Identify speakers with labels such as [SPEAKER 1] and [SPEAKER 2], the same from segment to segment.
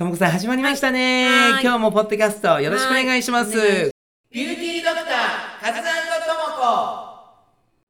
[SPEAKER 1] ともこさん始まりましたね、
[SPEAKER 2] はい
[SPEAKER 1] 今日もポッドキャストよろしくお願いします、
[SPEAKER 2] はいお願いしま
[SPEAKER 1] ビューティードクターカズとともこ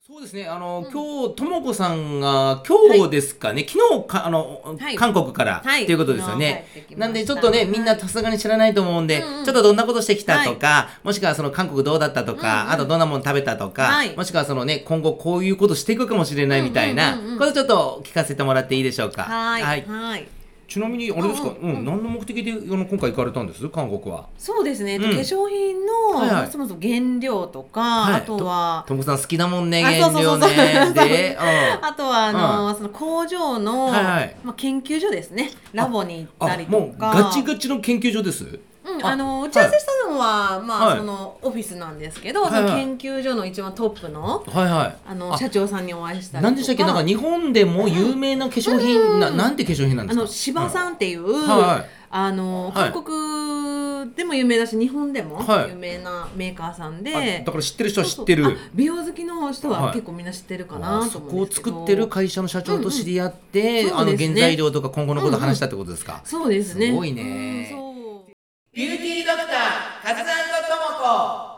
[SPEAKER 1] そうですねあの、
[SPEAKER 2] うん
[SPEAKER 1] 今日ともこさんが今日ですかね、昨日かあの、
[SPEAKER 2] はい
[SPEAKER 1] 韓国から、
[SPEAKER 2] はい
[SPEAKER 1] ということですよね
[SPEAKER 2] 昨日帰ってきました
[SPEAKER 1] なんでちょっとね、
[SPEAKER 2] はい
[SPEAKER 1] みんなさすがに知らないと思うんで、
[SPEAKER 2] うんうん
[SPEAKER 1] ちょっとどんなことしてきたとか、もしくはその韓国どうだったとか、
[SPEAKER 2] うんうん
[SPEAKER 1] あとどんなもの食べたとか、
[SPEAKER 2] はい
[SPEAKER 1] もしくはそのね今後こういうことしていくかもしれないみたいな、
[SPEAKER 2] うんうんうんうん
[SPEAKER 1] ことちょっと聞かせてもらっていいでしょうか
[SPEAKER 2] はいはい、はい、
[SPEAKER 1] ちなみにあれですか、う
[SPEAKER 2] うんん
[SPEAKER 1] 何の目的であの今回行かれたんです韓国は。
[SPEAKER 2] そうですね、えっと
[SPEAKER 1] うん
[SPEAKER 2] 化粧品の、
[SPEAKER 1] はいはい
[SPEAKER 2] そもそも原料とか、
[SPEAKER 1] はい
[SPEAKER 2] あとは
[SPEAKER 1] ともこさん好きだもんね
[SPEAKER 2] あそう
[SPEAKER 1] 原
[SPEAKER 2] そうそ
[SPEAKER 1] 料
[SPEAKER 2] うそ
[SPEAKER 1] ね。
[SPEAKER 2] う
[SPEAKER 1] で、うん
[SPEAKER 2] あとはあのーその工場の、
[SPEAKER 1] はいはい
[SPEAKER 2] まあ、研究所ですねラボに行った
[SPEAKER 1] あ
[SPEAKER 2] りとか
[SPEAKER 1] もうガチガチの研究所です。
[SPEAKER 2] うん、
[SPEAKER 1] あ
[SPEAKER 2] あのー打ち合わせしたのは、まあ、
[SPEAKER 1] はい
[SPEAKER 2] そのオフィスなんですけど、
[SPEAKER 1] はいはい
[SPEAKER 2] その研究所の一番トップの
[SPEAKER 1] はいはい。
[SPEAKER 2] あの社長さんにお会いしたりとか
[SPEAKER 1] 何でしたっけなんか日本でも有名な化粧品、ななんて化粧品なんで
[SPEAKER 2] あ
[SPEAKER 1] すか。
[SPEAKER 2] の芝さんっていう、
[SPEAKER 1] はいはい
[SPEAKER 2] あの
[SPEAKER 1] はい
[SPEAKER 2] 韓国でも有名だし日本でも
[SPEAKER 1] はい
[SPEAKER 2] 有名なメーカーさんで、
[SPEAKER 1] うん、あだから知ってる人は知ってる。
[SPEAKER 2] そうそうあ美容好きの人
[SPEAKER 1] はい
[SPEAKER 2] は結構みんな知ってるか
[SPEAKER 1] あ
[SPEAKER 2] なと
[SPEAKER 1] そ
[SPEAKER 2] 思
[SPEAKER 1] こ
[SPEAKER 2] うん
[SPEAKER 1] を
[SPEAKER 2] ですけ
[SPEAKER 1] 作
[SPEAKER 2] ど、
[SPEAKER 1] ってる会社の社長と知り合って、
[SPEAKER 2] うんうん
[SPEAKER 1] あの
[SPEAKER 2] そうですね
[SPEAKER 1] 原材料とか今後のことを話したってことですか。
[SPEAKER 2] そうですね
[SPEAKER 1] すごいね
[SPEAKER 2] うんそう
[SPEAKER 1] ビューティードクター、カズともこ。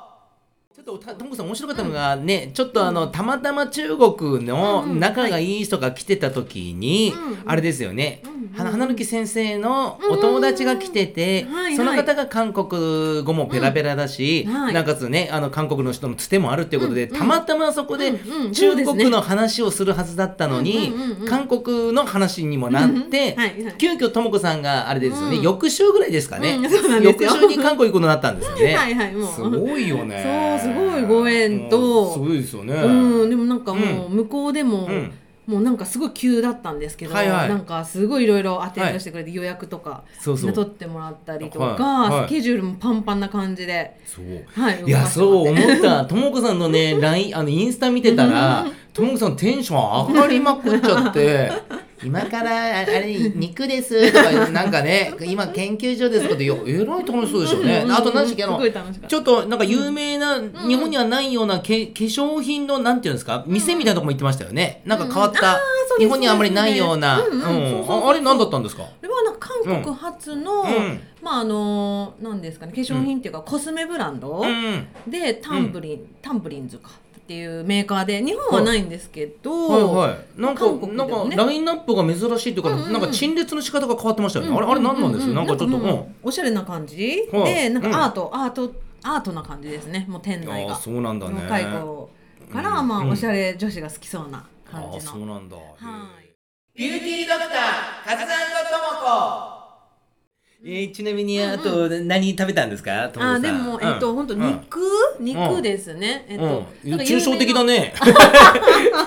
[SPEAKER 1] ちょっとたともこさん面白かったのがね、ちょっとあのたまたま中国の
[SPEAKER 2] うんうん
[SPEAKER 1] 仲がいい人が来てた時に、
[SPEAKER 2] うんうん
[SPEAKER 1] あれですよね、
[SPEAKER 2] うんうん
[SPEAKER 1] は花抜き先生のお友達が来てて、
[SPEAKER 2] うんうんうんはいはい
[SPEAKER 1] その方が韓国語もペラペラだし、
[SPEAKER 2] うんはい
[SPEAKER 1] なおかつねあの韓国の人のつてもあるっていうことで、たまたまそこで
[SPEAKER 2] うんうんそ
[SPEAKER 1] 中
[SPEAKER 2] うですね
[SPEAKER 1] 国の話をするはずだったのに、
[SPEAKER 2] うんうんうんうん
[SPEAKER 1] 韓国の話にもなって、
[SPEAKER 2] うんうんはいはい
[SPEAKER 1] 急遽ともこさんがあれですよね、
[SPEAKER 2] うん
[SPEAKER 1] 翌週ぐらいですかね、
[SPEAKER 2] うんそうなんです
[SPEAKER 1] 翌
[SPEAKER 2] よ
[SPEAKER 1] 週に韓国行くことになったんですよね
[SPEAKER 2] はいはいもう
[SPEAKER 1] すごいよね
[SPEAKER 2] そうすごいご縁と
[SPEAKER 1] うんすごいですよね、
[SPEAKER 2] うん、でもなんかもう向こうでも、
[SPEAKER 1] うん
[SPEAKER 2] もうなんかすごい急だったんですけど、
[SPEAKER 1] はいはい
[SPEAKER 2] なんかすごいいろいろアテンドしてくれて予約とか、
[SPEAKER 1] そうそう
[SPEAKER 2] 取ってもらったりとか、
[SPEAKER 1] はいはい
[SPEAKER 2] スケジュールもパンパンな感じで、
[SPEAKER 1] そう
[SPEAKER 2] はい、
[SPEAKER 1] いやそう
[SPEAKER 2] う
[SPEAKER 1] 思ったともこさんのね LINE あのインスタ見てたらともこさんテンション上がりまくっちゃって 今からああれ肉ですとかなんかね今研究所ですとかでいやえらい楽しそうでしょうねあと何でしたっけあ
[SPEAKER 2] す
[SPEAKER 1] の
[SPEAKER 2] ごい楽しかっ
[SPEAKER 1] ち
[SPEAKER 2] た
[SPEAKER 1] ょっとなんか有名な、日本にはないようなけ化粧品のなんていうんですか店みたいなとこも行ってましたよねなんか変わった、
[SPEAKER 2] うんあーそうで
[SPEAKER 1] 日
[SPEAKER 2] す
[SPEAKER 1] 本にはあんまりないような
[SPEAKER 2] そうですねうんうんそうそうそう
[SPEAKER 1] ああれ何だったんですか
[SPEAKER 2] これはなんか韓国発の、
[SPEAKER 1] うん
[SPEAKER 2] まああのなんですかね化粧品っていうか、コスメブランド、
[SPEAKER 1] うん
[SPEAKER 2] でタンブリン、タンブリンズかっていうメーカーで日本はないんですけど、
[SPEAKER 1] はいはい、なんか、
[SPEAKER 2] 韓国
[SPEAKER 1] な
[SPEAKER 2] でも
[SPEAKER 1] ん
[SPEAKER 2] ね
[SPEAKER 1] かラインナップが珍しいというか、
[SPEAKER 2] うんうんうん
[SPEAKER 1] なんか陳列の仕方が変わってましたよね、
[SPEAKER 2] うん
[SPEAKER 1] あれあれ何なんです
[SPEAKER 2] う
[SPEAKER 1] よ、なんかちょっと、
[SPEAKER 2] もうおしゃれな感じ、
[SPEAKER 1] はい
[SPEAKER 2] でなん
[SPEAKER 1] うん
[SPEAKER 2] かアート、アートアートな感じですねもう店
[SPEAKER 1] うん、
[SPEAKER 2] 内
[SPEAKER 1] いや
[SPEAKER 2] が
[SPEAKER 1] ーそうなんだね
[SPEAKER 2] 若い子から、
[SPEAKER 1] うん
[SPEAKER 2] まあ
[SPEAKER 1] うん
[SPEAKER 2] おしゃれ女子が好きそうな感
[SPEAKER 1] あー
[SPEAKER 2] じの、
[SPEAKER 1] そうなんだ、
[SPEAKER 2] はい
[SPEAKER 1] ビューティードクターカズとともこえーちなみにあと何食べたんですか、ともこさ
[SPEAKER 2] あ
[SPEAKER 1] ん
[SPEAKER 2] でも、えっと本当
[SPEAKER 1] うん
[SPEAKER 2] 肉、肉ですね、えっと、
[SPEAKER 1] うん、
[SPEAKER 2] なんか
[SPEAKER 1] 抽
[SPEAKER 2] 有名な
[SPEAKER 1] 象的だ ね。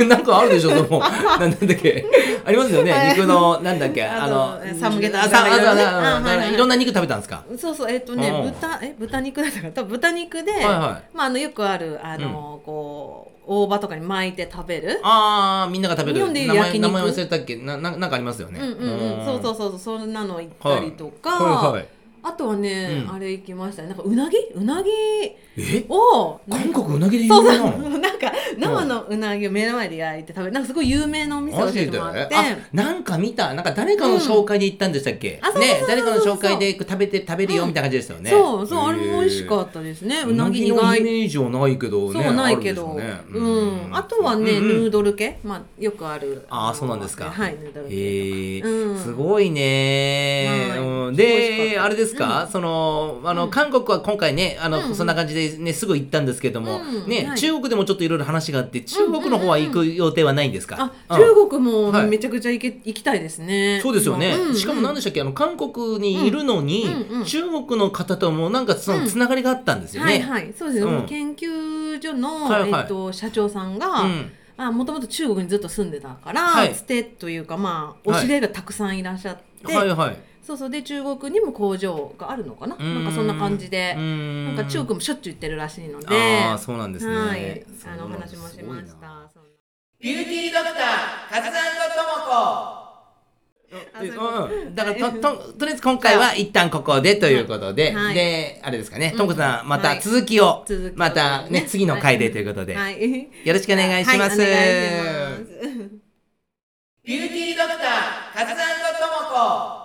[SPEAKER 1] なんかあるでしょ、でも。ななんだっけ。ありますよね、肉の、なんだっけ、あ
[SPEAKER 2] あ
[SPEAKER 1] の
[SPEAKER 2] と、サムゲタン
[SPEAKER 1] あサムゲタン
[SPEAKER 2] とかね
[SPEAKER 1] あああ
[SPEAKER 2] あはいはい
[SPEAKER 1] いろんな肉食べたんですか。
[SPEAKER 2] そうそうえっとね、
[SPEAKER 1] うん
[SPEAKER 2] 豚え豚肉だったから多分豚肉で、
[SPEAKER 1] いは
[SPEAKER 2] まああのよくあるあの、こう大葉とかに巻いて食べる
[SPEAKER 1] ああ、みんなが食べる。
[SPEAKER 2] 日本でいう
[SPEAKER 1] 名前、
[SPEAKER 2] 焼
[SPEAKER 1] 名
[SPEAKER 2] 肉
[SPEAKER 1] 前忘れたっけ、な、ななんかありますよね。
[SPEAKER 2] うんうんうん、そうそうそうそうそんなの行ったりとか、
[SPEAKER 1] はいはいはい
[SPEAKER 2] あとはね、
[SPEAKER 1] うん
[SPEAKER 2] あれ行きましたねなんかうなぎうなぎ
[SPEAKER 1] え、
[SPEAKER 2] を
[SPEAKER 1] 韓国うなぎで有
[SPEAKER 2] そう
[SPEAKER 1] 名な
[SPEAKER 2] そ
[SPEAKER 1] の。
[SPEAKER 2] う なんか生のうなぎを目の前で焼いて食べるなんかすごい有名なお店を
[SPEAKER 1] マ
[SPEAKER 2] 教
[SPEAKER 1] ジ
[SPEAKER 2] えて
[SPEAKER 1] で。
[SPEAKER 2] も
[SPEAKER 1] あ
[SPEAKER 2] らって、
[SPEAKER 1] なんか見た、なんか誰かの紹介で行ったんでしたっけ
[SPEAKER 2] うんあ。そうそうそう
[SPEAKER 1] ね
[SPEAKER 2] そ、う
[SPEAKER 1] 誰かの紹介で食べて、食べるよみたいな感じでしたよね。
[SPEAKER 2] そうそうあれも美味し
[SPEAKER 1] っ
[SPEAKER 2] か
[SPEAKER 1] た
[SPEAKER 2] ったですね
[SPEAKER 1] う
[SPEAKER 2] う
[SPEAKER 1] な
[SPEAKER 2] な
[SPEAKER 1] ぎ
[SPEAKER 2] ぎ
[SPEAKER 1] の
[SPEAKER 2] 苦
[SPEAKER 1] イ
[SPEAKER 2] い
[SPEAKER 1] メージはないけどね
[SPEAKER 2] そうないけど、
[SPEAKER 1] あるでしょうね
[SPEAKER 2] うん、あとはね、
[SPEAKER 1] うん
[SPEAKER 2] ヌードル系、まあ、よくある。
[SPEAKER 1] ああそうなんですか
[SPEAKER 2] はい、ヌードル系。
[SPEAKER 1] へえ
[SPEAKER 2] うん
[SPEAKER 1] すごいね、
[SPEAKER 2] はい
[SPEAKER 1] うん
[SPEAKER 2] 美味しか
[SPEAKER 1] で
[SPEAKER 2] った
[SPEAKER 1] あれですか、そのあの、韓国は今回ねあの、
[SPEAKER 2] うんうん
[SPEAKER 1] そんな感じで、ね、すぐ行ったんですけども、
[SPEAKER 2] うん
[SPEAKER 1] ね
[SPEAKER 2] はい
[SPEAKER 1] 中国でもちょっといろいろ話があって中国の方は行く予定はないんですか、
[SPEAKER 2] あ、
[SPEAKER 1] うん
[SPEAKER 2] 中国も
[SPEAKER 1] はい
[SPEAKER 2] めちゃくちゃ行け、行きたいですね。
[SPEAKER 1] そうですよね、
[SPEAKER 2] 今うん
[SPEAKER 1] しかも何でしたっけあの韓国にいるのに、
[SPEAKER 2] うんうん
[SPEAKER 1] 中国の方ともなんかそのつながりがあったんですよ
[SPEAKER 2] はい
[SPEAKER 1] ね。
[SPEAKER 2] はい、そうですね、
[SPEAKER 1] うん
[SPEAKER 2] 研究所の、
[SPEAKER 1] はいはい
[SPEAKER 2] えっと、社長さんが、
[SPEAKER 1] うん
[SPEAKER 2] あ、もともと中国にずっと住んでたから、
[SPEAKER 1] はい
[SPEAKER 2] つてというか、まあ、お
[SPEAKER 1] はい
[SPEAKER 2] 知り合いがたくさんいらっしゃって。
[SPEAKER 1] はいはい
[SPEAKER 2] そうそう、で、中国にも工場があるのかな、
[SPEAKER 1] うー
[SPEAKER 2] なんかそんな感じで
[SPEAKER 1] うー、ん
[SPEAKER 2] なんか中国もしょっちゅう行ってるらしいので。
[SPEAKER 1] ああそうなんですね。
[SPEAKER 2] はい、
[SPEAKER 1] そう
[SPEAKER 2] あ
[SPEAKER 1] な
[SPEAKER 2] の
[SPEAKER 1] んだ
[SPEAKER 2] 話もしまし
[SPEAKER 1] すごいな
[SPEAKER 2] た。そんな
[SPEAKER 1] ビューティードクター、カズさんとともこ。うん、だからとととりあえず今回は一旦ここでということで、
[SPEAKER 2] はい
[SPEAKER 1] であれですかね
[SPEAKER 2] うん
[SPEAKER 1] ともこさんま
[SPEAKER 2] は
[SPEAKER 1] た
[SPEAKER 2] い
[SPEAKER 1] 続きを、
[SPEAKER 2] 続きを
[SPEAKER 1] またね
[SPEAKER 2] ね
[SPEAKER 1] 次の回でということで、
[SPEAKER 2] はい。
[SPEAKER 1] よろしくお願いします。
[SPEAKER 2] はいお願いします
[SPEAKER 1] ビューティードクター、カズさんとともこ。